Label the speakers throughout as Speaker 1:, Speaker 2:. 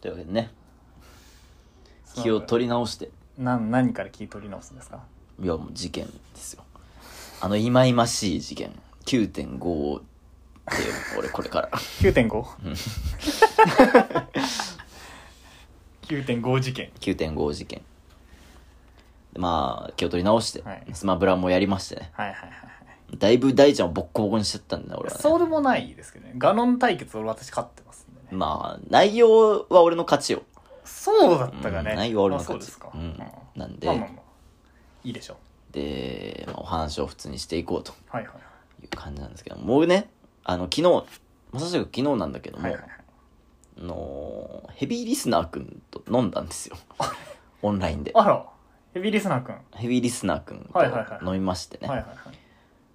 Speaker 1: というわけでね気を取り直して
Speaker 2: なん何から気取り直すんですか
Speaker 1: いやもう事件ですよあの忌々しい事件9.5って俺 これから
Speaker 2: 9.5?9.5 事件
Speaker 1: 9.5事件でまあ気を取り直して、
Speaker 2: はい
Speaker 1: スマブラもやりましてね
Speaker 2: はいはいはいはい
Speaker 1: だいぶ大ちゃんをボッコボコにしちゃったんだね俺はね
Speaker 2: そうでもないですけどねガノン対決俺私勝ってますんでね
Speaker 1: まあ内容は俺の勝ちよ、
Speaker 2: そうだっ
Speaker 1: うん
Speaker 2: たかね、
Speaker 1: 内容は俺の
Speaker 2: まあそ
Speaker 1: 勝
Speaker 2: うで
Speaker 1: ち
Speaker 2: すか、
Speaker 1: うんなんで、
Speaker 2: まあまあまあいいでしょう
Speaker 1: で、まあ、お話を普通にしていこうと
Speaker 2: はいはいはい
Speaker 1: いう感じなんですけどもうねあの昨日まさしく昨日なんだけども、
Speaker 2: はいはいはい
Speaker 1: あのヘビーリスナーくんと飲んだん ですよオンラインで
Speaker 2: あらヘビーリスナー君、
Speaker 1: ヘビーリスナーくん
Speaker 2: はいはいはい
Speaker 1: と飲みましてね、
Speaker 2: はいはいはい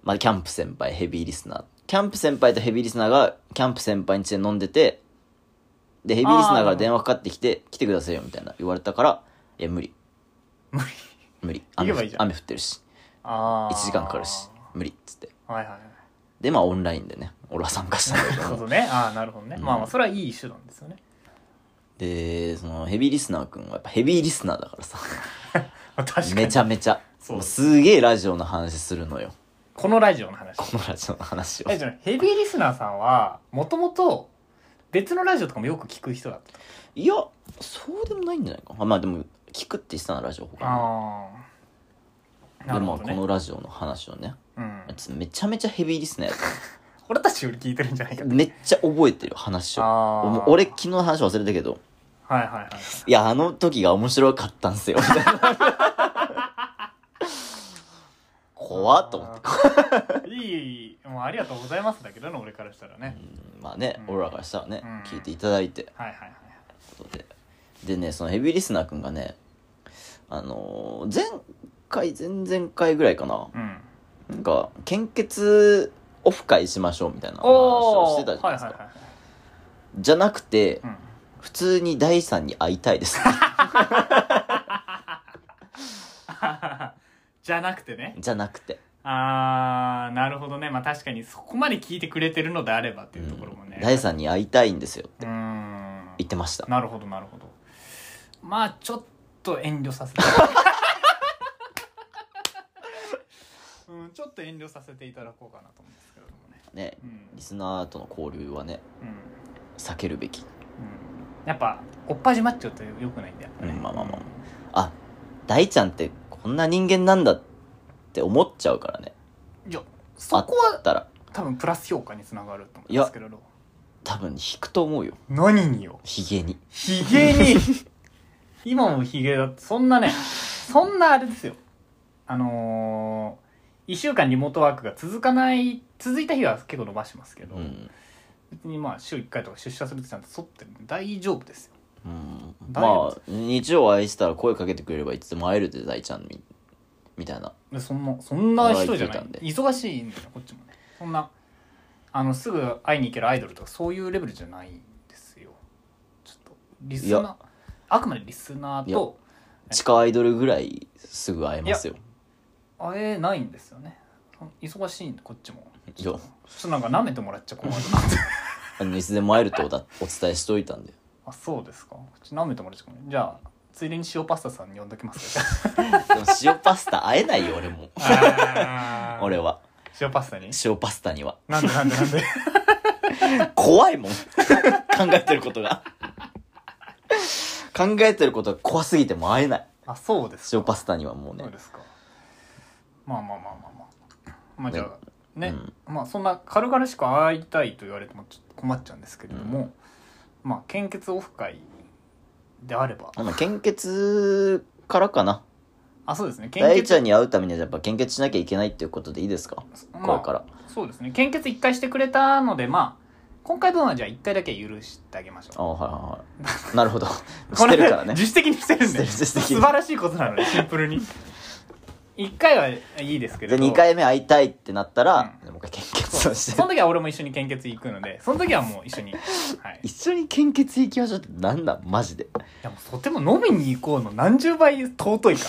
Speaker 1: まあ、キャンプ先輩ヘビーリスナーキャンプ先輩とヘビーリスナーがキャンプ先輩ん家で飲んでてでヘビーリスナーから電話かかってきて来てくださいよみたいな言われたからいや無理
Speaker 2: 無理
Speaker 1: 無理
Speaker 2: 行
Speaker 1: 雨
Speaker 2: けばいいじゃん
Speaker 1: 雨降ってるし
Speaker 2: ああ
Speaker 1: 1時間かかるし無理っつって
Speaker 2: はいはいはい
Speaker 1: でまあオンラインでね俺は参加したんだけ
Speaker 2: なるほ
Speaker 1: ど
Speaker 2: どねああなるほどね、
Speaker 1: うん
Speaker 2: まあまあそれはいい手段ですよね
Speaker 1: でそのヘビーリスナーくんはやっぱヘビーリスナーだからさ
Speaker 2: まあ確かに
Speaker 1: めちゃめちゃ
Speaker 2: そう
Speaker 1: もうすげえラジオの話するのよ
Speaker 2: このラジオの話
Speaker 1: このラジオの話を
Speaker 2: えじゃあねヘビーリスナーさんはもともと別のラジオとかもよく聞く人だった
Speaker 1: いやそうでもないんじゃないかあまあでも聞くって言ってたなラジオ他に
Speaker 2: ああな
Speaker 1: で
Speaker 2: る
Speaker 1: まあ
Speaker 2: ほど
Speaker 1: こ
Speaker 2: ね
Speaker 1: のラジオの話をね
Speaker 2: うん、
Speaker 1: めちゃめちゃヘビーリスナーやった
Speaker 2: 俺たちより聞いてるんじゃないか
Speaker 1: のめっちゃ覚えてる話を
Speaker 2: あー
Speaker 1: もう俺昨日の話忘れたけど
Speaker 2: はいはいはい
Speaker 1: いやあの時が面白かったん すよみたいな怖っと思って
Speaker 2: ていいいいもうありがとうございますだけどね俺からしたらね、
Speaker 1: うんまあね、
Speaker 2: うん
Speaker 1: 俺らからしたらね、
Speaker 2: うん
Speaker 1: 聞いていただいて
Speaker 2: はいはいはい
Speaker 1: ことででねそのヘビーリスナーくんがねあのー前回前々回ぐらいかな
Speaker 2: うん
Speaker 1: なんか献血オフ会しましょうみたいなお話を
Speaker 2: お
Speaker 1: して
Speaker 2: お
Speaker 1: たじゃない
Speaker 2: はい
Speaker 1: です
Speaker 2: はい
Speaker 1: か、
Speaker 2: はい
Speaker 1: じゃなくて、
Speaker 2: うん
Speaker 1: 普通に大さんに会いたいです
Speaker 2: じゃなくてね
Speaker 1: じゃなくて、
Speaker 2: あーなるほどねまあ確かにそこまで聞いてくれてるのであればっていうところもね、
Speaker 1: うん大さんに会いたいんですよって
Speaker 2: うーん
Speaker 1: 言ってました
Speaker 2: なるほどなるほどまあちょっと遠慮させてうんちょっと遠慮させていただこうかなと思うんですけれどもね
Speaker 1: ね
Speaker 2: うん
Speaker 1: リスナーとの交流はね
Speaker 2: うん、
Speaker 1: 避けるべき
Speaker 2: うん、やっぱおっぱじまっちゃうとよくないんだよ、
Speaker 1: うんまあまあまああ大ちゃんってこんな人間なんだって思っちゃうからね
Speaker 2: いやそこ
Speaker 1: 会
Speaker 2: は
Speaker 1: ったら
Speaker 2: 多分プラス評価につながると思うんですけれど
Speaker 1: 多分引くと思うよ
Speaker 2: 何によ
Speaker 1: ヒゲに
Speaker 2: ヒゲに今もヒゲだってそんなねそんなあれですよあのー、1週間リモートワークが続かない続いた日は結構伸ばしますけど、
Speaker 1: うん、
Speaker 2: 別にまあ週1回とか出社するとちゃんと剃ってるんで大丈夫ですよ
Speaker 1: うん、
Speaker 2: 大丈夫
Speaker 1: まあ日曜愛したら声かけてくれればいつでも会えるで大ちゃんみみたいな
Speaker 2: でそんなそんな人じ
Speaker 1: 俺
Speaker 2: ゃな
Speaker 1: は言
Speaker 2: い
Speaker 1: ってたんで
Speaker 2: 忙しいんだよこっちもねそんなあのすぐ会いに行けるアイドルとかそういうレベルじゃないんですよちょっとリスナ
Speaker 1: い
Speaker 2: ーあくまでリスナーと
Speaker 1: 地下アイドルぐらいすぐ会えますよ
Speaker 2: 会えないんですよねそん忙しいんでこっちも
Speaker 1: いや
Speaker 2: ちょっとなんか舐めてもらっち ゃ困る
Speaker 1: あのいつでも会えるってことはお伝えしといたんで
Speaker 2: あそうですかこっち舐めてもらっちゃ困るじゃあついでに塩パスタさんに呼んどきますか
Speaker 1: でも塩パスタ会えないよ俺も
Speaker 2: あー
Speaker 1: 俺は
Speaker 2: 塩パスタに
Speaker 1: 塩パスタには
Speaker 2: なんでなんでな んで
Speaker 1: 怖いもん考えてることが考えてることが怖すぎてもう会えない
Speaker 2: あそうですか
Speaker 1: 塩パスタにはもう
Speaker 2: そう
Speaker 1: ね
Speaker 2: ですかまあまあまあまあまあまあじゃあ
Speaker 1: ね
Speaker 2: ね、まあそんな軽々しく会いたいと言われてもちょっと困っちゃうんですけれども、まあ献血オフ会であれば
Speaker 1: まあ献血からかな
Speaker 2: あそうですね献
Speaker 1: 大ちゃ
Speaker 2: 血
Speaker 1: んに会うためにはやっぱ献血しなきゃいけないっていうことでいいですかこ
Speaker 2: ま
Speaker 1: れから、
Speaker 2: あ、そうですね献血1回してくれたのでまあ今回分はじゃあ1回だけ許してあげましょう
Speaker 1: ああはいはいはいなるほどしてるから
Speaker 2: これ
Speaker 1: ね
Speaker 2: 自主的にしてるんで
Speaker 1: 自主
Speaker 2: 素
Speaker 1: 的に
Speaker 2: 晴らしいことなのでシンプルに1回はいいですけ
Speaker 1: じゃ
Speaker 2: れ
Speaker 1: あ
Speaker 2: ど
Speaker 1: 2回目会いたいってなったら、
Speaker 2: う
Speaker 1: もう一回献血をして
Speaker 2: その時は俺も一緒に献血行くのでその時はもう一緒に、はい、
Speaker 1: 一緒に献血行きましょうってなんだマジで
Speaker 2: いやもうとても飲みに行こうの何十倍尊いか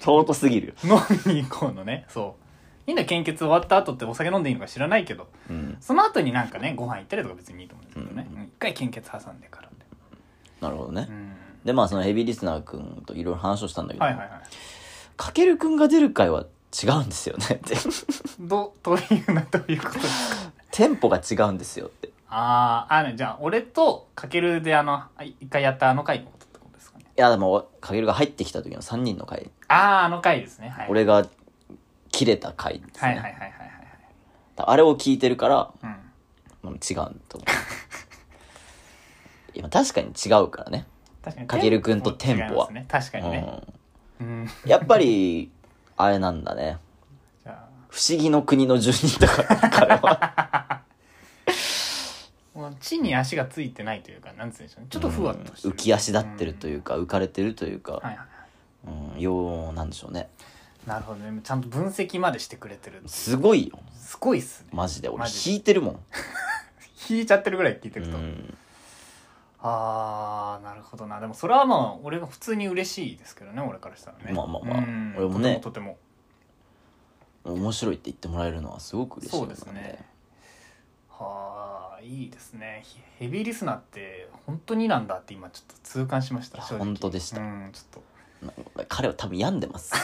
Speaker 1: 尊すぎるよ、
Speaker 2: 飲みに行こうのねそうみんな献血終わった後ってお酒飲んでいいのか知らないけど
Speaker 1: うん、
Speaker 2: その後になんかねご飯行ったりとか別にいいと思うんですけどね、
Speaker 1: う
Speaker 2: うん一回献血挟んでからで
Speaker 1: なるほどね
Speaker 2: う。ん
Speaker 1: で、まあそのヘビーリスナー君といろいろ話をしたんだけど、
Speaker 2: はいはいはい
Speaker 1: かける君が出る回は違うんですよねって。
Speaker 2: どというなどういうことですか
Speaker 1: テンポが違うんですよって。い
Speaker 2: あーあのじゃあ俺とかけるであのあ一回やったあの回のことってことですかね
Speaker 1: や、でも、かけるが入ってきた時の3人の回、
Speaker 2: あああの回ですねはい
Speaker 1: 俺が切れた回ですね。
Speaker 2: はいはいはいはいはい
Speaker 1: あれを聞いてるから、
Speaker 2: はいうん
Speaker 1: うん違う と思う。今確かに違うからね。
Speaker 2: 確かに
Speaker 1: かけるくんとテンポは
Speaker 2: 違いますね確かにね
Speaker 1: う
Speaker 2: うん
Speaker 1: ん、やっぱり、あれなんだね。
Speaker 2: じゃ
Speaker 1: 不思議の国の住人だから、彼は。
Speaker 2: あもう地に足がついてないというかなんつうんでしょうねちょっとふわっとして
Speaker 1: うん
Speaker 2: る
Speaker 1: 浮き足立ってるというか、浮かれてるという
Speaker 2: うんは
Speaker 1: か、
Speaker 2: いはいはい
Speaker 1: うん、ようなんでしょうね。
Speaker 2: なるほどねちゃんと分析までしてくれてる
Speaker 1: すごいよ。
Speaker 2: すごいっすね
Speaker 1: マジで。俺
Speaker 2: マジで
Speaker 1: 引いてるもん。
Speaker 2: 引いちゃってるぐらい聞いてる
Speaker 1: う
Speaker 2: と、
Speaker 1: ん
Speaker 2: あーなるほどなでもそれはまあ俺が普通に嬉しいですけどね俺からしたらね
Speaker 1: まあまあまあ
Speaker 2: うん
Speaker 1: 俺もね
Speaker 2: とても
Speaker 1: 面白いって言ってもらえるのはすごく
Speaker 2: と
Speaker 1: 嬉
Speaker 2: て
Speaker 1: しい
Speaker 2: もそう
Speaker 1: の
Speaker 2: ですねはあいいですねヘヘビーリスナーって本当になんだって今ちょっと痛感しました正直
Speaker 1: 本当でした
Speaker 2: うんちょっ
Speaker 1: な彼は多分病んで ます。
Speaker 2: と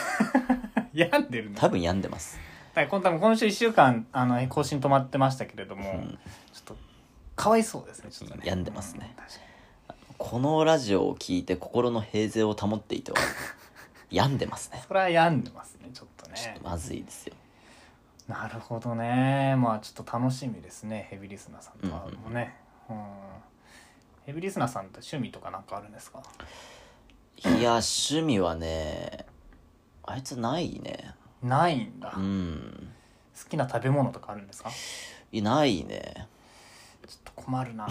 Speaker 2: 病んでるんだ
Speaker 1: 多分病んでます。
Speaker 2: はい、今多分今週1週間あの更新止まってましたけれども、
Speaker 1: うん
Speaker 2: ちょっとかわいそうですねちょっとね
Speaker 1: 病んでますね
Speaker 2: うん確かに
Speaker 1: このラジオを聞いて心の平静を保っていて は、病んでますね。
Speaker 2: それは病んでますねちょっとね
Speaker 1: ちょっとまずいですよ。
Speaker 2: なるほどねまあちょっと楽しみですねヘビリスナーさんとかもね、うんヘビリスナーさんって趣味とかなんかあるんですか
Speaker 1: いや、趣味はね、あいつないね。
Speaker 2: ないんだ、
Speaker 1: う
Speaker 2: 好
Speaker 1: ん。
Speaker 2: きな食べ物とかあるんですか
Speaker 1: いないね。
Speaker 2: ちょっと困 るな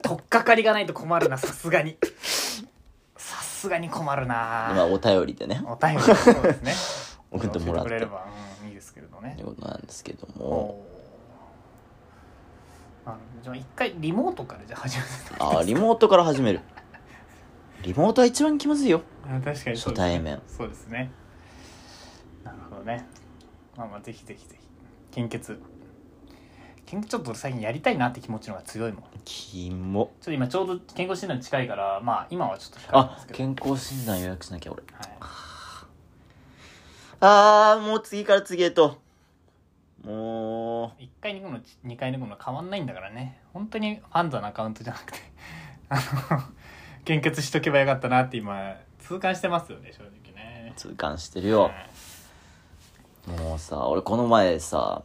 Speaker 2: とっかかりがないと困るなさすがにさすがに困る
Speaker 1: 今
Speaker 2: な
Speaker 1: お便りでね、
Speaker 2: お便りそうですね
Speaker 1: 送ってもらっ
Speaker 2: 教えく
Speaker 1: て
Speaker 2: れ
Speaker 1: って
Speaker 2: れば、うん、いいですけれどね
Speaker 1: ことなんですけど
Speaker 2: お
Speaker 1: も。
Speaker 2: ーあじゃあ一回リモートからじゃあ始めて
Speaker 1: あー、リモートから始める。リモートは一番気まずいよ。
Speaker 2: あ確かにそうですね
Speaker 1: 初対面
Speaker 2: そうですねなるほどねまあまあぜひぜひぜひ献血献血ちょっと俺最近やりたいなって気持ちの方が強いもんちょっ
Speaker 1: キモ。
Speaker 2: と今ちょうど健康診断近いからまあ今はちょっと控えてま
Speaker 1: あ
Speaker 2: す、けど
Speaker 1: 健康診断予約しなきゃ俺。
Speaker 2: は
Speaker 1: あー、もう次から次へと。もう。
Speaker 2: い、1回抜くの2回抜くの変わんないんだからね本当にファンザのアカウントじゃなくて あの献血しとけばよかったなって今痛感してますよね正直ね
Speaker 1: 痛感してるよもうさ俺この前さ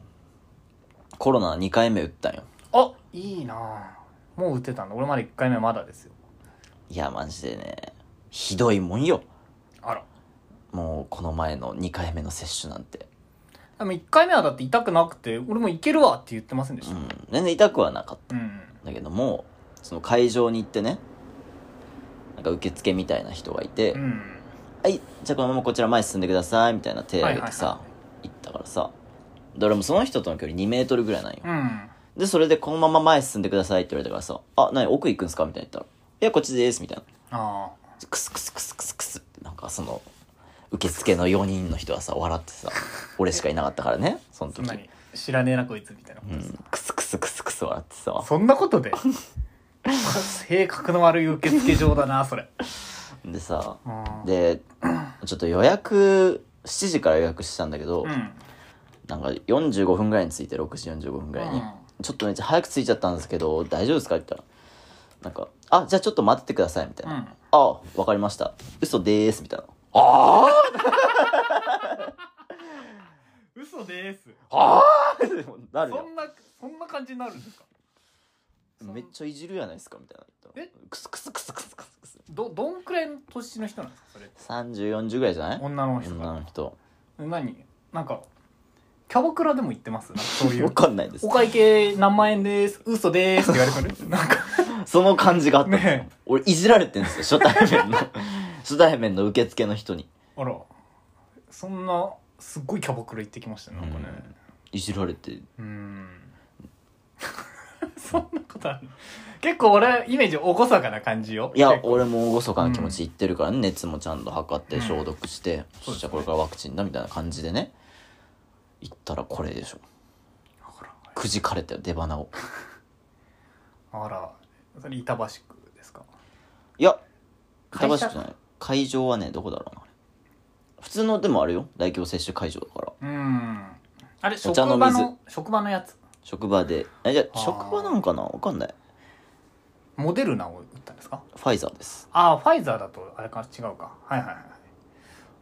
Speaker 1: コロナ2回目打ったんよ
Speaker 2: あいいなあもう打てたんだ俺まだ1回目まだですよ
Speaker 1: いやマジでねひどいもんよ
Speaker 2: あら
Speaker 1: もうこの前の2回目の接種なんて
Speaker 2: でも1回目はだって痛くなくて俺もいけるわって言ってませんでし
Speaker 1: う
Speaker 2: た
Speaker 1: ん全然痛くはなかっ
Speaker 2: うん、
Speaker 1: たんだけどもその会場に行ってねなんか受付みたいな人がいて「
Speaker 2: うん
Speaker 1: はいじゃあこのままこちら前進んでください」みたいな手を挙げてさ、
Speaker 2: は
Speaker 1: 行ったからさで俺もその人との距離2メートルぐらいなんよ
Speaker 2: うん
Speaker 1: で、それでこのまま前進んでくださいって言われたからさ、あ、なに奥行くんすかみたいな言ったら、いや、こっちです、みたいな。
Speaker 2: あ
Speaker 1: クスクスクスクスクスって、なんかその、受付の4人の人はさ、笑ってさ、俺しかいなかったからね、その
Speaker 2: あそ
Speaker 1: 時
Speaker 2: ん。なに知らねえなこいつみたいなこ
Speaker 1: う
Speaker 2: とです
Speaker 1: ん
Speaker 2: か、、
Speaker 1: クスクスクスクス笑ってさ、
Speaker 2: そんなことで 性格の悪い受付嬢だなそれ
Speaker 1: でさ、
Speaker 2: うん
Speaker 1: で、ちょっと予約、7時から予約したんだけど、
Speaker 2: うん
Speaker 1: なんか45分ぐらいに着いて、6時45分ぐらいに、
Speaker 2: うん
Speaker 1: ちょっとめっちゃ早く着いちゃったんですけど、大丈夫ですかって言ったら、なんか、あ、じゃあちょっと待っててください、みたいな。
Speaker 2: うん
Speaker 1: ああ、わかりました。嘘でーす、みたいな。ああ
Speaker 2: 嘘です
Speaker 1: ああなる
Speaker 2: そ
Speaker 1: よ。
Speaker 2: んなそんな感じになるんですかそん
Speaker 1: めっちゃいじるやないですか、みたいな言ったら。クスクスクスクスクスクス。
Speaker 2: どどんくらいの年の人なんですかそれ
Speaker 1: 30、40ぐらいじゃない
Speaker 2: 女の人
Speaker 1: 女
Speaker 2: が
Speaker 1: の人。
Speaker 2: 何なんかキャバクラでも言ってますなんかそうい
Speaker 1: わ
Speaker 2: う
Speaker 1: かんないです
Speaker 2: お。会計何万円です嘘でーすって言われてるなんか
Speaker 1: その感じがあったんですよ
Speaker 2: ね
Speaker 1: 俺、いじられてるんですよ、初対面の。 初対面の受付の人に。
Speaker 2: あらそんなすっごいキャバクラ行ってきましたねなんかね
Speaker 1: いじられて。
Speaker 2: うん そんなことある結構俺イメージおごそかな感じよ
Speaker 1: いや
Speaker 2: 結、構
Speaker 1: 俺も厳かな気持ち言ってるからね、熱もちゃんと測って消毒して、
Speaker 2: そうですね
Speaker 1: そしたらこれからワクチンだみたいな感じでね、言ったらこれでしょ。
Speaker 2: あら
Speaker 1: くじかれたよ、出花を。
Speaker 2: あらそれ板橋区ですか
Speaker 1: いや板
Speaker 2: 会
Speaker 1: 橋
Speaker 2: 社
Speaker 1: 区じゃない会場はねどこだろうなあれ普通のでもあれよ大規模接種会場だから
Speaker 2: うんあれ
Speaker 1: お
Speaker 2: 職
Speaker 1: 茶の
Speaker 2: 場の
Speaker 1: 水
Speaker 2: 職場のやつ
Speaker 1: 職場でえじゃあ
Speaker 2: あー
Speaker 1: 職場なんかなわかんない
Speaker 2: モデルナを打ったんですか
Speaker 1: ファイザーです
Speaker 2: ああファイザーだとあれか違うかはいはいはい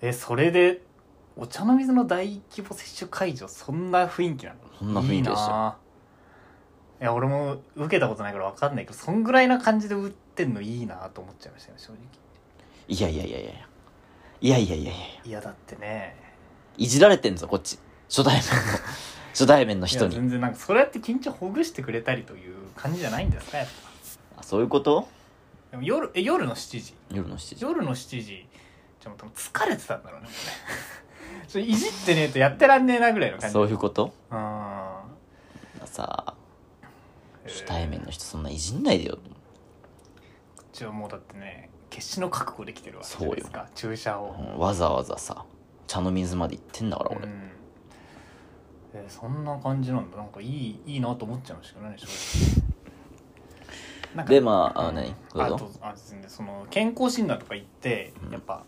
Speaker 2: えそれでお茶の水の大規模接種会場そんな雰囲気なの
Speaker 1: そんな雰囲気でした
Speaker 2: いいないや俺も受けたことないから分かんないけどそんぐらいな感じで打ってんのいいなと思っちゃいましたね正直
Speaker 1: いやいやいやいやいやいやいやいやいや
Speaker 2: いやだってね
Speaker 1: いじられてんぞこっち初対面 の初対面の人
Speaker 2: いや
Speaker 1: に
Speaker 2: 全然なんかそれって緊張ほぐしてくれたりという感じじゃないんですかやっぱ
Speaker 1: あそういうこと
Speaker 2: でも夜え夜の7時
Speaker 1: 夜の7時
Speaker 2: 夜の7時ちょっと疲れてたんだろうねもうね ちょいじってねえとやってらんねえなぐらいの感じ
Speaker 1: そういうこと
Speaker 2: あ
Speaker 1: さあ
Speaker 2: ー
Speaker 1: 初対面の人そんないじんないでよ
Speaker 2: こっちはもうだってね決死の覚悟できてるわけじゃないですか注射を、
Speaker 1: うんわざわざさ茶の水まで行ってんだから
Speaker 2: う
Speaker 1: 俺
Speaker 2: んえーそんな感じなんだなんかいいいいなと思っちゃいましたけどね正直なんか
Speaker 1: でまああ何ど
Speaker 2: あ
Speaker 1: うぞ
Speaker 2: とあ全然その健康診断とか行って
Speaker 1: うん
Speaker 2: やっぱ、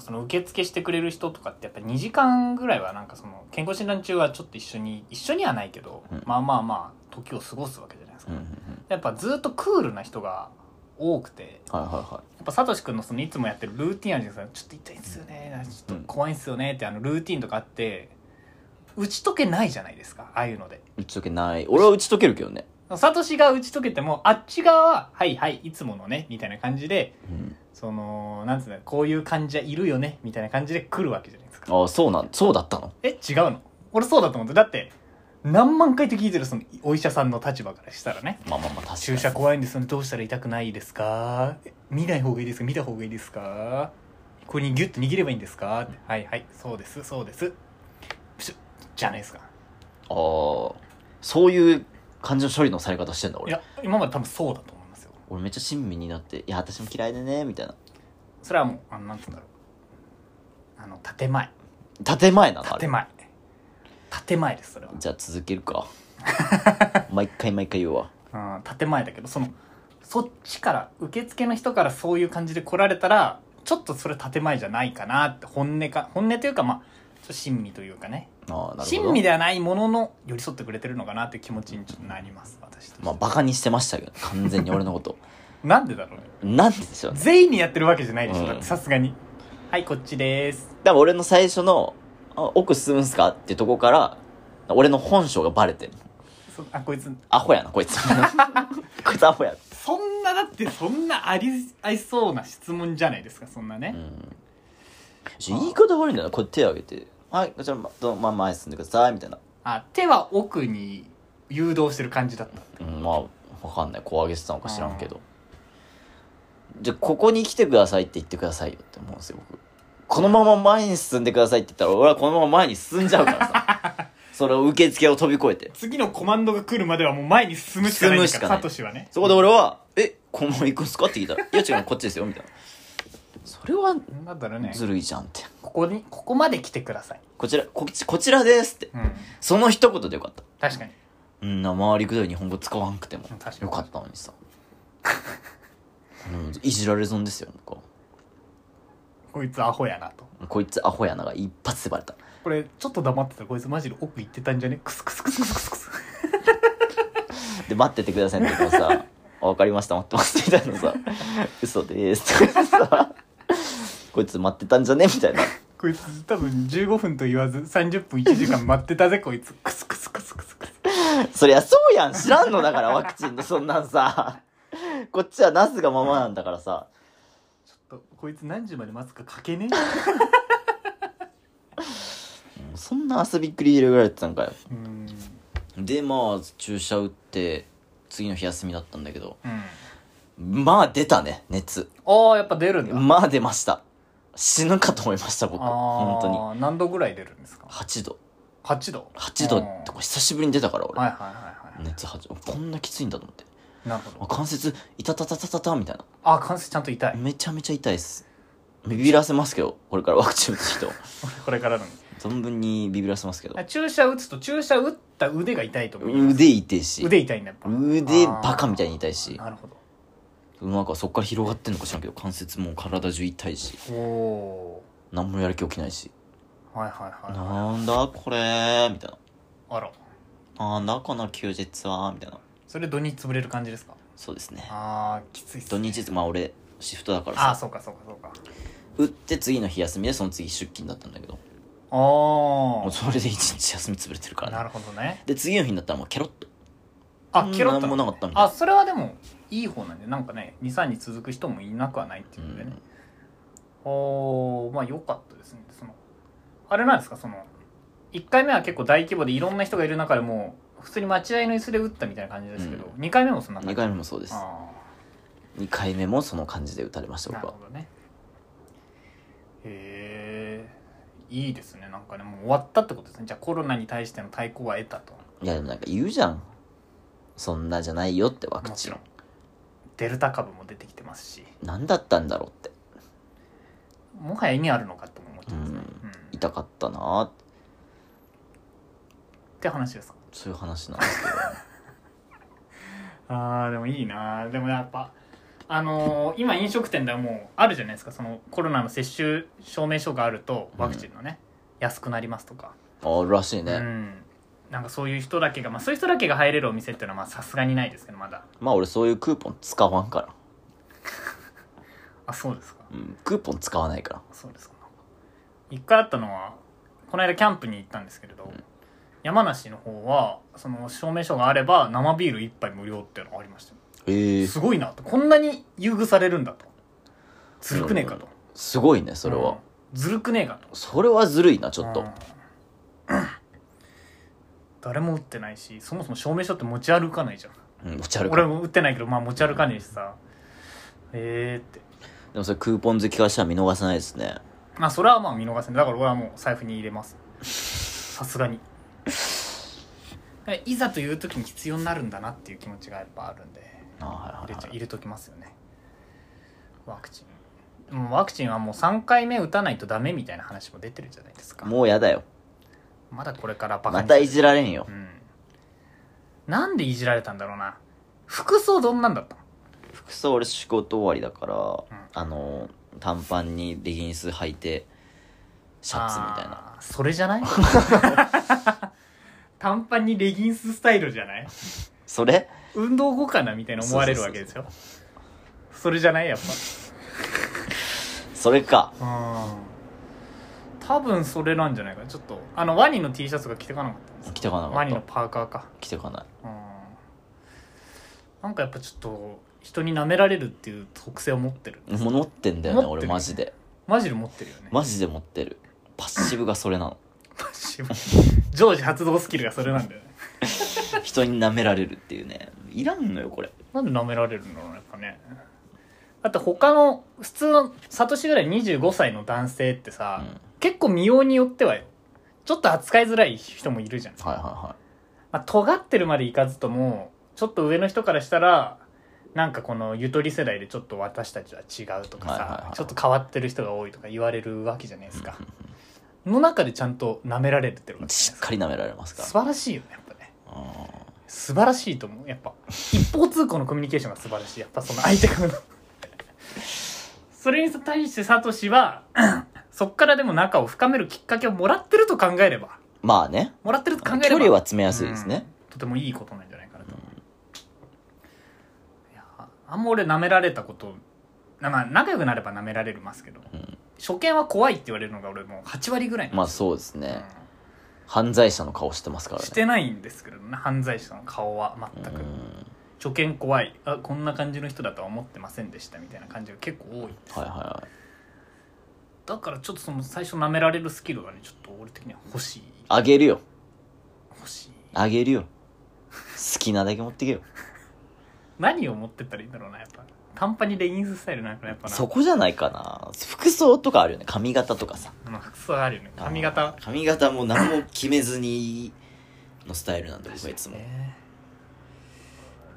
Speaker 2: その受付してくれる人とかってやっぱ2時間ぐらいはなんかその健康診断中はちょっと一緒に一緒にはないけど、
Speaker 1: うん
Speaker 2: まあまあまあ時を過ごすわけじゃないです
Speaker 1: う
Speaker 2: か、
Speaker 1: んうんうん
Speaker 2: やっぱずっとクールな人が多くて
Speaker 1: はいはいは
Speaker 2: やっぱサトシ君のそのいつもやってるルーティンあるじゃないですかちょっと痛いっすよねちょっと怖いっすよねってあのルーティンとかあって打ち解けないじゃないですかああいうので
Speaker 1: い打ち解けない俺は打ち解けるけどね
Speaker 2: サトシが打ち解けてもあっち側ははいはいいつものねみたいな感じで
Speaker 1: うん
Speaker 2: そのなんつうのこういう患者いるよねみたいな感じで来るわけじゃないですか
Speaker 1: ああそうなんそうだったの
Speaker 2: え違うの俺そうだと思ってだって何万回って聞いてるそのお医者さんの立場からしたらね
Speaker 1: まあまあまあ確かに
Speaker 2: 注射怖いんですよねどうしたら痛くないですかえ見ない方がいいですか見た方がいいですかこれにギュッと握ればいいんですかってはいはいそうですそうですプシュッじゃないですか
Speaker 1: ああそういう感じの処理のされ方してんだ
Speaker 2: い
Speaker 1: 俺
Speaker 2: や今まで多分そうだと思いますよ
Speaker 1: 俺めっちゃ親身になって「いや私も嫌いでね」みたいな
Speaker 2: それはもうあのなんつうんだろうあの建前
Speaker 1: 建前なのあれ
Speaker 2: 建前建前ですそれは
Speaker 1: じゃあ続ける か毎回毎回言うわ
Speaker 2: うん、建前だけどそのそっちから受付の人からそういう感じで来られたらちょっとそれ建前じゃないかなって本音か本音というかまあちょっと親身というかね
Speaker 1: ああなるほど
Speaker 2: 親身ではないものの寄り添ってくれてるのかなっていう気持ちにちょっとなります私として
Speaker 1: まあバカにしてましたけど完全に俺のこと
Speaker 2: なんでだろうね
Speaker 1: なんででしょうね
Speaker 2: 全員にやってるわけじゃないでしょ
Speaker 1: うん
Speaker 2: だってさすがにはいこっちです
Speaker 1: だから俺の最初の「あ奥進むんすか?」ってとこから俺の本性がバレてる
Speaker 2: そあこいつ
Speaker 1: アホやなこいつこいつアホや
Speaker 2: そんなだってそんなありありそうな質問じゃないですかそんなね、
Speaker 1: うんちょ言い方悪いんだよなこれ手挙げて「はいこちらまどうまあ前進んでください」みたいな
Speaker 2: あ手は奥に誘導してる感じだった
Speaker 1: うん、まあわかんない小上げしてたのか知らんけどじゃあここに来てくださいって言ってくださいよって思うんですよ僕このまま前に進んでくださいって言ったら俺はこのまま前に進んじゃうからさそれを受付を飛び越えて
Speaker 2: 次のコマンドが来るまではもう前に進むしかないんだから
Speaker 1: 進むしかない
Speaker 2: サトシはね
Speaker 1: そこで俺は「えこのまま行くんすか?」って聞いたら「いや違うこっちですよ」みたいなそれは
Speaker 2: なんだろうね
Speaker 1: ずるいじゃんって
Speaker 2: ここにここまで来てください
Speaker 1: こちらこっちこちらですって
Speaker 2: うん
Speaker 1: その一言でよかった
Speaker 2: 確かに
Speaker 1: うんな周りくどい日本語使わんくても
Speaker 2: 確かに
Speaker 1: よかったのにさうんいじられ損ですよなんか
Speaker 2: こいつアホやなと
Speaker 1: こいつアホやなが一発でバレた。
Speaker 2: これちょっと黙ってたらこいつマジで奥行ってたんじゃねクスクスクスクスクスクス
Speaker 1: で、待っててくださいね。こうさ、あわかりました、待ってます。みたいなさ、嘘でーす。とかさ、こいつ待ってたんじゃねみたいな。
Speaker 2: こいつ多分15分と言わず30分1時間待ってたぜこいつクスクスクスクスクス
Speaker 1: そりゃそうやん。知らんのだから、ワクチンのそんなんさ。こっちはナスがままなんだからさ。
Speaker 2: ちょっとこいつ何時まで待つか書けね
Speaker 1: もうそんな遊びっくり入れられてたんかよ。
Speaker 2: えうん
Speaker 1: で、まあ、注射打って、次の日休みだったんだけど、
Speaker 2: うん
Speaker 1: まあ出たね、熱。
Speaker 2: ああやっぱ出るんだ
Speaker 1: まあ出ました。死ぬかと思いました、僕。本当に。
Speaker 2: ああ何度ぐらい出るんですか
Speaker 1: 8度。
Speaker 2: 8度
Speaker 1: 8度
Speaker 2: うん
Speaker 1: とか久しぶりに出たから、俺。
Speaker 2: はいはいはいは
Speaker 1: 熱発こんなきついんだと思って
Speaker 2: いなるほ
Speaker 1: あ
Speaker 2: ど
Speaker 1: 関節いたたたたたたみたいな
Speaker 2: あ関節ちゃんと痛い
Speaker 1: めちゃめちゃ痛いですビビらせますけどこれからワクチン打つ人
Speaker 2: これからの
Speaker 1: 存分にビビらせますけど
Speaker 2: 注射打つと注射打った腕が痛いと思う
Speaker 1: 腕痛いし
Speaker 2: 腕痛いんだやっぱ
Speaker 1: 腕バカみたいに痛いし
Speaker 2: なるほど
Speaker 1: なんかそっから広がってんのか知らんけど関節も体中痛いし
Speaker 2: おお
Speaker 1: 何もやる気起きないし
Speaker 2: ーはいはいはい
Speaker 1: なんだこれみたいな
Speaker 2: あら
Speaker 1: なんだこの休日はみたいな
Speaker 2: それ土日潰れる感じですか
Speaker 1: そうですね
Speaker 2: ああきついっす
Speaker 1: 土
Speaker 2: ね
Speaker 1: 日まあ俺シフトだから
Speaker 2: ああ
Speaker 1: さ
Speaker 2: そうかそうかそうか
Speaker 1: 打って次の日休みでその次出勤だったんだけどもう
Speaker 2: あ
Speaker 1: それで一日休み潰れてるか
Speaker 2: あ
Speaker 1: らね
Speaker 2: なるほどね
Speaker 1: で次の日になったらもうケロッと
Speaker 2: あ
Speaker 1: うん
Speaker 2: ケロッと
Speaker 1: なんもなかったみたい
Speaker 2: あそれはでもいい方なんでなんかね23日続く人もいなくはないっていうのでね、おーまあ良かったですねそのあれなんですかその1回目は結構大規模でいろんな人がいる中でもう普通に待合の椅子で打ったみたいな感じですけど、
Speaker 1: う
Speaker 2: 二2回目もそんな感じ
Speaker 1: 2回目もそうです
Speaker 2: あ
Speaker 1: 2回目もその感じで打たれまし
Speaker 2: あ
Speaker 1: た
Speaker 2: な
Speaker 1: 僕
Speaker 2: る
Speaker 1: は
Speaker 2: ほどねへえいいですねなんかねもう終わったってことですねじゃあコロナに対しての対抗は得たと
Speaker 1: いやでもなんか言うじゃんそんなじゃないよってワクチン
Speaker 2: もデルタ株も出てきてますし
Speaker 1: 何だったんだろうって
Speaker 2: もはや意味あるのかとも思ってますね、
Speaker 1: う
Speaker 2: うんっ
Speaker 1: 痛かったなーって
Speaker 2: て話ですか
Speaker 1: そういう話 なんですけど
Speaker 2: あーでもいいなでもやっぱあのー今飲食店ではもうあるじゃないですかそのコロナの接種証明書があるとワクチンのね、安くなりますとか、
Speaker 1: あるらしいね、
Speaker 2: うんなんかそういう人だけが、まあ、そういう人だけが入れるお店っていうのはまあさすがにないですけどまだ
Speaker 1: まあ俺そういうクーポン使わんから、
Speaker 2: あそうですか
Speaker 1: うん、クーポン使わないから
Speaker 2: そうですか一回あったのはこの間キャンプに行ったんですけれど、
Speaker 1: ん
Speaker 2: 山梨の方はその証明書があれば生ビール一杯無料っていうのがありましたよ
Speaker 1: ええ
Speaker 2: すごいなとこんなに優遇されるんだとずるくねえかと
Speaker 1: すごいねそれは、
Speaker 2: うんずるくねえかと
Speaker 1: それはずるいなちょっ
Speaker 2: う
Speaker 1: と
Speaker 2: ん誰も売ってないしそもそも証明書って持ち歩かないじゃん
Speaker 1: うん持ち歩く
Speaker 2: 俺も売ってないけどまあ持ち歩かねえしさええって
Speaker 1: でもそれクーポン好きからしたら見逃さないですね
Speaker 2: まあそれはまあ見逃せないだから俺はもう財布に入れます さすがにえいざという時に必要になるんだなっていう気持ちがやっぱあるんで
Speaker 1: あはい
Speaker 2: 入れ
Speaker 1: はい
Speaker 2: ちゃ
Speaker 1: はい
Speaker 2: 入れときますよねワクチンでもワクチンはもう3回目打たないとダメみたいな話も出てるじゃないですか
Speaker 1: もうやだよ
Speaker 2: まだこれからバカ
Speaker 1: ま
Speaker 2: に
Speaker 1: た
Speaker 2: される
Speaker 1: いじられんよ
Speaker 2: うんなんでいじられたんだろうな服装どんなんだったの
Speaker 1: 服装俺仕事終わりだから、
Speaker 2: うん
Speaker 1: あの短パンにレギンス履いてシャツみたいな
Speaker 2: あーそれじ ゃない短パンにレギンススタイルじゃない
Speaker 1: それ
Speaker 2: 運動後かなみたいな思われるわけですよそれじゃないやっ
Speaker 1: それか
Speaker 2: ぱうん多分それなんじゃないかなちょっとあのワニの T シャツが着てかなかったんです
Speaker 1: 着てかなか
Speaker 2: ワ
Speaker 1: っ
Speaker 2: ニの
Speaker 1: た
Speaker 2: パーカーか
Speaker 1: 着てかない
Speaker 2: うんなんかやっぱちょっと人に舐められるっていう特性を持ってる
Speaker 1: もう持ってんだよね
Speaker 2: 持って
Speaker 1: 俺
Speaker 2: る
Speaker 1: マジで
Speaker 2: マジで持ってるよ ね
Speaker 1: マジで持ってるパッシブがそれなの
Speaker 2: パッシブ常時発動スキルがそれなんだよね
Speaker 1: 人に舐められるっていうねいらんのよこれ
Speaker 2: なんで舐められるんだろうねやっぱねだって他の普通のサトシぐらい25歳の男性って
Speaker 1: うん
Speaker 2: さ、
Speaker 1: はい
Speaker 2: 結構見ようによってはよちょっと扱いづらい人もいるじゃん、
Speaker 1: はいは
Speaker 2: まあ、尖ってるまでいかずともちょっと上の人からしたらなんかこのゆとり世代でちょっと私たちは違うとかさ、
Speaker 1: はいはいはい
Speaker 2: ちょっと変わってる人が多いとか言われるわけじゃないですか
Speaker 1: うん、
Speaker 2: の中でちゃんと舐められてるわ
Speaker 1: い
Speaker 2: けじ
Speaker 1: し
Speaker 2: ゃな
Speaker 1: っ
Speaker 2: いですか
Speaker 1: かり舐められますか
Speaker 2: 素晴らしいよねやっぱね
Speaker 1: らうん
Speaker 2: 素晴らしいと思うやっぱ一方通行のコミュニケーションが素晴らしいやっぱその相手からのそれに対してサトシは そっからでも仲を深めるきっかけをもらってると考えれば
Speaker 1: まあね
Speaker 2: もらってると考えれば
Speaker 1: 距離は詰めやすいですね、
Speaker 2: うんとてもいいことなんじゃないかなと、いやあんま俺舐められたことなまあ仲良くなれば舐められますけど、
Speaker 1: うん
Speaker 2: 初見は怖いって言われるのが俺もう8割ぐらいなん
Speaker 1: まあ
Speaker 2: です
Speaker 1: そうです
Speaker 2: よ
Speaker 1: ね、犯罪者の顔してますか
Speaker 2: うん
Speaker 1: らね
Speaker 2: してないんですけどね犯罪者の顔は全く、
Speaker 1: うん
Speaker 2: 初見怖いあこんな感じの人だとは思ってませんでしたみたいな感じが結構多いです、
Speaker 1: はいはいはい
Speaker 2: だからちょっとその最初舐められるスキルがねちょっと俺的には欲しい
Speaker 1: あげるよ
Speaker 2: 欲しい
Speaker 1: あげるよ好きなだけ持ってけよ
Speaker 2: 何を持ってったらいいんだろうなやっぱ短パンにレギンススタイルなんかやっぱな
Speaker 1: そこじゃないかな服装とかあるよね髪型とかさ
Speaker 2: まあ服装あるよね髪型
Speaker 1: 髪型も何も決めずにのスタイルなんで僕はいつも
Speaker 2: ね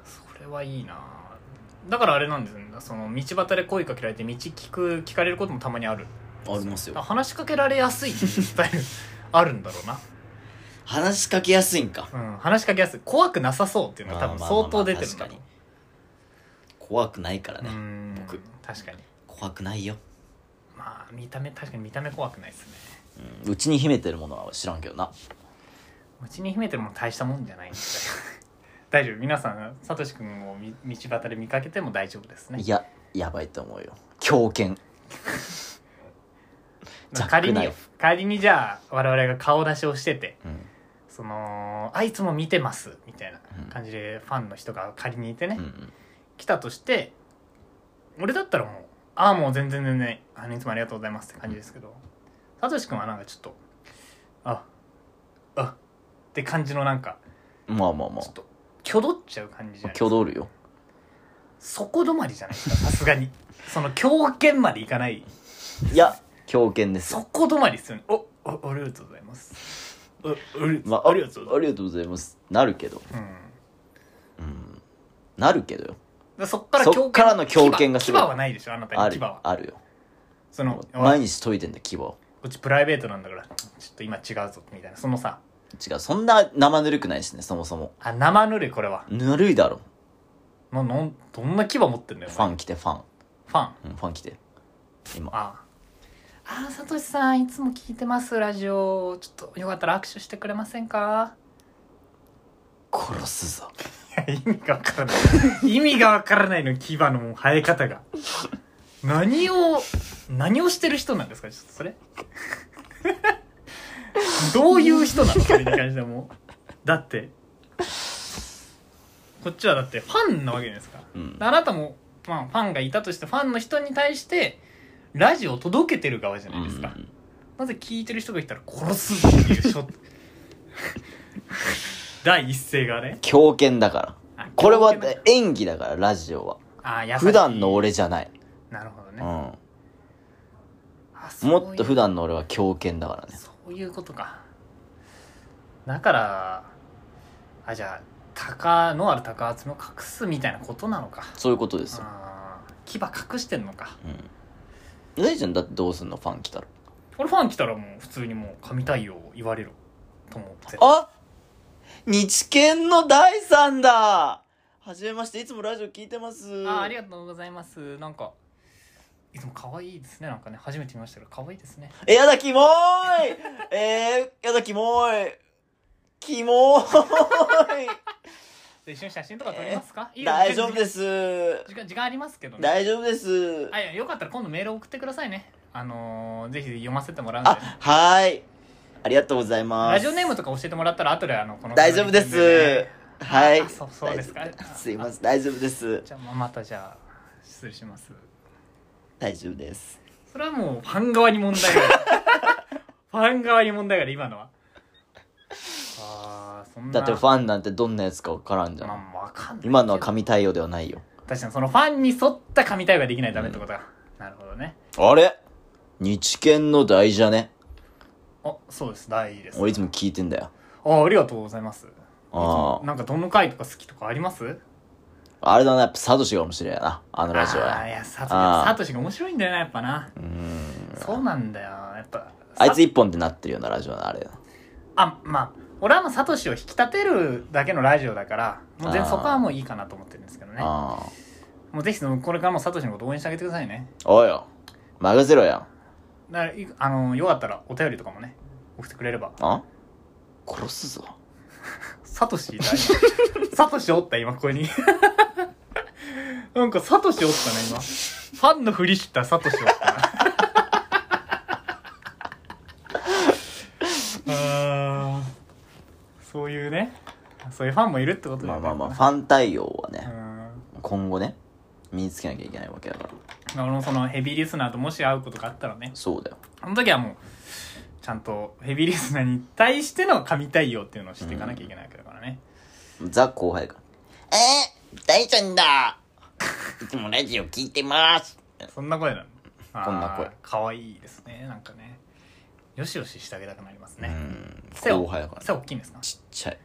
Speaker 2: それはいいなだからあれなんですよねその道端で声かけられて道聞く聞かれることもたまにある
Speaker 1: あります
Speaker 2: だ
Speaker 1: よ
Speaker 2: から話しかけられやすいっていうスタ イルあるんだろうな
Speaker 1: 話しかけやすいんか
Speaker 2: うん、話しかけやすい怖くなさそうっていうのは多分相当出てるんだ
Speaker 1: まあまあまあまあ確か
Speaker 2: と
Speaker 1: に怖くないから
Speaker 2: う
Speaker 1: ね、
Speaker 2: ん
Speaker 1: 僕
Speaker 2: 確かに
Speaker 1: 怖くないよ、
Speaker 2: まあ見た目確かに見た目怖くないですね
Speaker 1: うん、うちに秘めてるものは知らんけどな
Speaker 2: うちに秘めてるもん大したもんじゃ ないんで大丈夫皆さんさとしくんをみ道端で見かけても大丈夫ですね
Speaker 1: いややばいと思うよ狂犬ジャッ
Speaker 2: 仮
Speaker 1: クナ
Speaker 2: に
Speaker 1: イフ
Speaker 2: 仮にじゃあ我々が顔出しをしてて
Speaker 1: うん
Speaker 2: そのあいつも見てますみたいな感じでファンの人が仮にいてね、
Speaker 1: うんうん
Speaker 2: 来たとして俺だったらもうああもう全然全然あのいつもありがとうございますって感じですけどさとしくんはなんかちょっとああって感じのなんか
Speaker 1: まあまあま
Speaker 2: ちょっと挙動っちゃう感じじゃ
Speaker 1: あ
Speaker 2: ないですか
Speaker 1: 挙動るよ
Speaker 2: そこ止まりじゃないですかさすがにその狂犬までいかな
Speaker 1: い
Speaker 2: い
Speaker 1: や狂犬です
Speaker 2: そ
Speaker 1: よ
Speaker 2: こ止まりですよねおおありがとうございますおあり
Speaker 1: まあ
Speaker 2: ありがとうござい
Speaker 1: ありがとうございますなるけど
Speaker 2: ます、うん
Speaker 1: うんなるけどよ
Speaker 2: でそっから
Speaker 1: そっからの狂犬が
Speaker 2: 牙
Speaker 1: す
Speaker 2: 牙
Speaker 1: ごい
Speaker 2: はないでしょあなた
Speaker 1: あ
Speaker 2: に
Speaker 1: る
Speaker 2: 牙は
Speaker 1: あるよ
Speaker 2: その
Speaker 1: 毎日研いでんだ牙を
Speaker 2: こっちプライベートなんだからちょっと今違うぞみたいなそのさ
Speaker 1: 違うそんな生ぬるくないしねそもそも
Speaker 2: あ生ぬるいこれは
Speaker 1: ぬるいだろ
Speaker 2: ななんどんな牙持ってんだよ
Speaker 1: フ
Speaker 2: お前
Speaker 1: ァン来てファン、
Speaker 2: ファンあ
Speaker 1: うん、ファン来て今
Speaker 2: あああさとしさんいつも聞いてますラジオちょっとよかったら握手してくれませんか
Speaker 1: 殺すぞ
Speaker 2: いや 意味がわからない意味がわからないの牙の生え方が何を何をしてる人なんですかちょっとそれ どういう人なのそれに関してはもうだってこっちはだってファンなわけじゃないですか
Speaker 1: うん
Speaker 2: あなたも、まあ、ファンがいたとしてファンの人に対してラジオを届けてる側じゃないですか、
Speaker 1: うん
Speaker 2: なぜ聞いてる人がいたら殺すっていうショット 第一声がね
Speaker 1: 狂犬だから
Speaker 2: あ
Speaker 1: これは
Speaker 2: 狂犬だ
Speaker 1: 演技だからラジオは
Speaker 2: あ優しい
Speaker 1: 普段の俺じゃない、
Speaker 2: なるほどね、
Speaker 1: う
Speaker 2: あ
Speaker 1: ん、もっと普
Speaker 2: 段
Speaker 1: 段の俺は狂犬だからね
Speaker 2: そういうことかだからあじゃあ鷹のある鷹集めを隠すみたいなことなのか
Speaker 1: そういうことですよ、
Speaker 2: あー牙隠してんのか
Speaker 1: うん、大ちゃんだってどうすんのファン来たら
Speaker 2: 俺ファン来たらもう普通にもう神対応言われると思って
Speaker 1: あ日研の第三だはじめましていつもラジオ聞いてます
Speaker 2: あーありがとうございますなんかいつも可愛いですねなんかね初めて見ましたけど可愛いですね
Speaker 1: えやだキモ ーいえー、やだキモーいキモーい
Speaker 2: で一緒に写真とか撮りますか、いいよ
Speaker 1: 大丈夫ですす
Speaker 2: 時間時間ありますけどね
Speaker 1: 大丈夫です
Speaker 2: あいやよかったら今度メール送ってくださいねあのー、ぜひ読ませてもらうんで
Speaker 1: あはーいありがとうございます
Speaker 2: ラジオネームとか教えてもらったら後であのこの
Speaker 1: 大丈夫です
Speaker 2: ね
Speaker 1: はい
Speaker 2: あそうそうですか
Speaker 1: 大丈夫すいません大丈夫です
Speaker 2: じゃあまあまたじゃあ失礼します
Speaker 1: 大丈夫です
Speaker 2: それはもうファン側に問題が あるファン側に問題がある今のはあーそん
Speaker 1: だ
Speaker 2: な
Speaker 1: ってファンなんてどんなやつか分からんじゃん、
Speaker 2: まあまあわかんない
Speaker 1: 今のは神対応ではないよ
Speaker 2: 確かにそのファンに沿った神対応ができないとダメってことか、なるほどね
Speaker 1: あれ日研の大じゃね
Speaker 2: あそうです大事です
Speaker 1: 俺いつも聞いてんだよ
Speaker 2: あありがとうございますいつも
Speaker 1: あ
Speaker 2: なんかどの回とか好きとかあります
Speaker 1: ああれだなやっぱサトシが面白いやなあのラジオ
Speaker 2: あーい
Speaker 1: は
Speaker 2: やサト
Speaker 1: あー
Speaker 2: サトシが面白いんだよなやっぱな
Speaker 1: うーん
Speaker 2: そうなんだよやっぱ
Speaker 1: あいつ
Speaker 2: さ
Speaker 1: 一本でなってるようなラジオなあれだ
Speaker 2: あまあ俺はもうサトシを引き立てるだけのラジオだからもう全
Speaker 1: あー
Speaker 2: そこはもういいかなと思ってるんですけどね
Speaker 1: ああ
Speaker 2: もうぜひそのこれからもサトシのこと応援してあげてくださいね
Speaker 1: おいよ任せろよ
Speaker 2: だからいあのよかったらお便りとかもね送ってくれれば
Speaker 1: あ殺すぞ
Speaker 2: サトシいた今 サトシおった今ここに なんかサトシおったね今ファンのふりしたサトシおったな あーそういうねそういうファンもいるってこと
Speaker 1: まあ
Speaker 2: だよね
Speaker 1: まあまあファン対応はね
Speaker 2: うん
Speaker 1: 今後ね身につけなきゃいけないわけだから
Speaker 2: だからそのヘビーリスナーともし会うことがあったらね
Speaker 1: そうだよ
Speaker 2: その時はもうちゃんとヘビーリスナーに対しての神対応っていうのをしていかなきゃいけないわけだからね、
Speaker 1: ザ後輩だからえー、大ちゃんだいつもラジオ聞いてます
Speaker 2: そんな声なの
Speaker 1: こんな声
Speaker 2: あーかわいいですねなんかねよしよししてあげたくなります
Speaker 1: う
Speaker 2: ね、
Speaker 1: ん
Speaker 2: 背を
Speaker 1: 後輩だからね
Speaker 2: 背大きいんですか
Speaker 1: ちっちゃい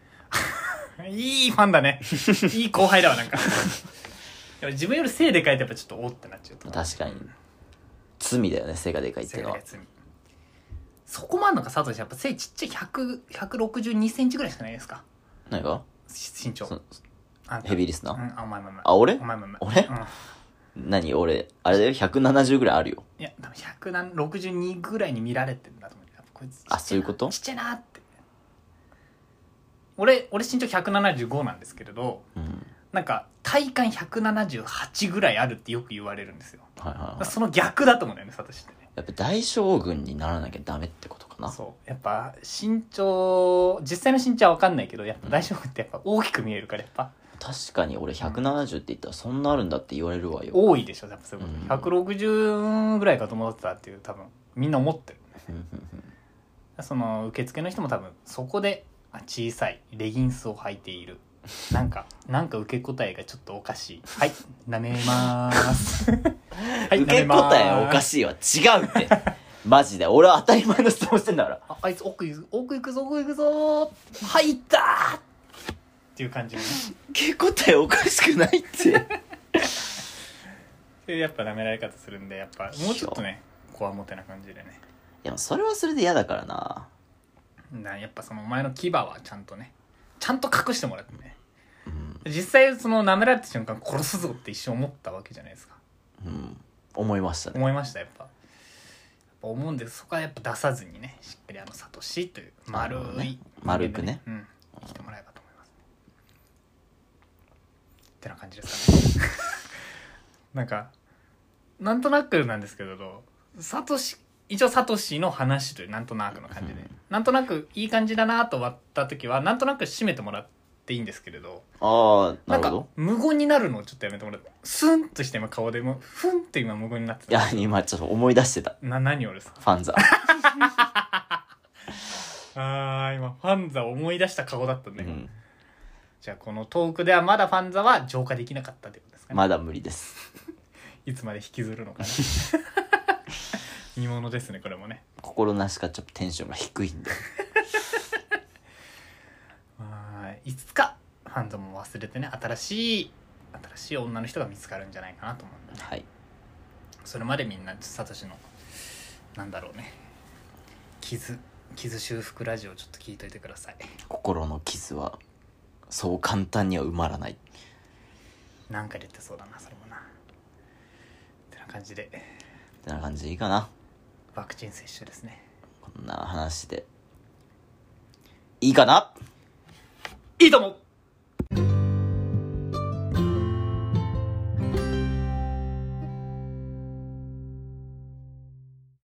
Speaker 2: いいファン だねいい後輩だわなんかでも自分より背でかいとやっぱちょっとおってなっちゃうと
Speaker 1: 確かに罪だよね背がでかいって
Speaker 2: 背
Speaker 1: いうの
Speaker 2: が
Speaker 1: は
Speaker 2: でかい罪そこもあんのか佐藤さんやっぱ背ちっちゃい1 6 2センチぐらいしかないですか
Speaker 1: 何か
Speaker 2: 身長
Speaker 1: そ
Speaker 2: あんた
Speaker 1: ヘビーリスナー
Speaker 2: うん、あ、お前もお前。
Speaker 1: あ俺
Speaker 2: お前もお前。
Speaker 1: 俺
Speaker 2: うん、い
Speaker 1: 何俺、あれだよ、170ぐらいあるよ。
Speaker 2: や、多分百何、六十二ぐらいに見られてんだと思う。やっぱこいつちっちゃな
Speaker 1: あそういうこと
Speaker 2: ちっちゃいなって。俺、俺身長百七十五なんですけれど、
Speaker 1: うん。
Speaker 2: なんか体感百七十八ぐらいあるってよく言われるんですよ。
Speaker 1: はいはいはい。
Speaker 2: その逆だと思うんだよね、サトシってね。
Speaker 1: やっぱ大将軍にならなきゃダメってことかな。
Speaker 2: そうやっぱ身長実際の身長は分かんないけどやっぱ大丈夫ってやっぱ大きく見えるからやっぱ
Speaker 1: 確かに俺170って言ったらそんなあるんだって言われるわよ。
Speaker 2: 多いでしょやっぱそういう
Speaker 1: うん
Speaker 2: こと、160ぐらいかと思ってたっていう多分みんな思ってる
Speaker 1: うんうんうん
Speaker 2: その受付の人も多分そこであ小さいレギンスを履いているなんか なんか受け答えがちょっとおかしいはい舐めまー すはい
Speaker 1: 受け答えおか
Speaker 2: い
Speaker 1: しいわ。違う って。マジで。俺は当たり前の質問してんだから。
Speaker 2: ああいつ奥行く奥行くぞ奥行くぞー入ったーっていう感じのね
Speaker 1: 受け答えおかしくない って。
Speaker 2: でやっぱ舐められ方するんでやっぱもうちょっとねこわもてな感じでね
Speaker 1: でもそれはそれで嫌だからな。
Speaker 2: なやっぱそのお前の牙はちゃんとねちゃんと隠してもらってね、実際その舐められた瞬間殺すぞって一瞬思ったわけじゃないですか
Speaker 1: うん。思いましたね。
Speaker 2: 思いましたやっぱやっぱ思うんですそこはやっぱ出さずにねしっかりあのサトシという丸い
Speaker 1: なるほど
Speaker 2: 人間で
Speaker 1: ね
Speaker 2: ね、
Speaker 1: 丸くね
Speaker 2: うん生きてもらえばと思いますねってな感じですかね なんかなんとなくなんですけれどサトシ一応サトシの話というなんとなくの感じで、
Speaker 1: うん
Speaker 2: なんとなくいい感じだなと終わった時はなんとなく締めてもらっていいんですけれど
Speaker 1: ああ、な
Speaker 2: な
Speaker 1: んるほ
Speaker 2: か
Speaker 1: ど。
Speaker 2: 無言になるのをちょっとやめてもらってスンとして今顔でもうふんって今無言になって
Speaker 1: い
Speaker 2: た
Speaker 1: や、今ちょっと思い出してた。
Speaker 2: な何をですか
Speaker 1: ファン ザ。
Speaker 2: あー今ファンザを思い出した顔だった
Speaker 1: う
Speaker 2: ね、
Speaker 1: ん。
Speaker 2: じゃあこのトークではまだファンザは浄化できなかったということですかね、
Speaker 1: まだ無理です。
Speaker 2: いつまで引きずる のかな見ものですねこれもね
Speaker 1: 心なしかちょっとテンションが低いんで。
Speaker 2: まあいつかファンザも忘れてね新しい新しい女の人が見つかるんじゃないかなと思うんだ
Speaker 1: はい。
Speaker 2: それまでみんなサトシのなんだろうね傷傷修復ラジオちょっと聞いといてください
Speaker 1: 心の傷は、そう簡単には埋まらない。
Speaker 2: なんか出てそうだなそれもなってな感じで
Speaker 1: ってな感じでいいかな。
Speaker 2: ワクチン接種ですね
Speaker 1: こんな話で。いいかない
Speaker 2: いとも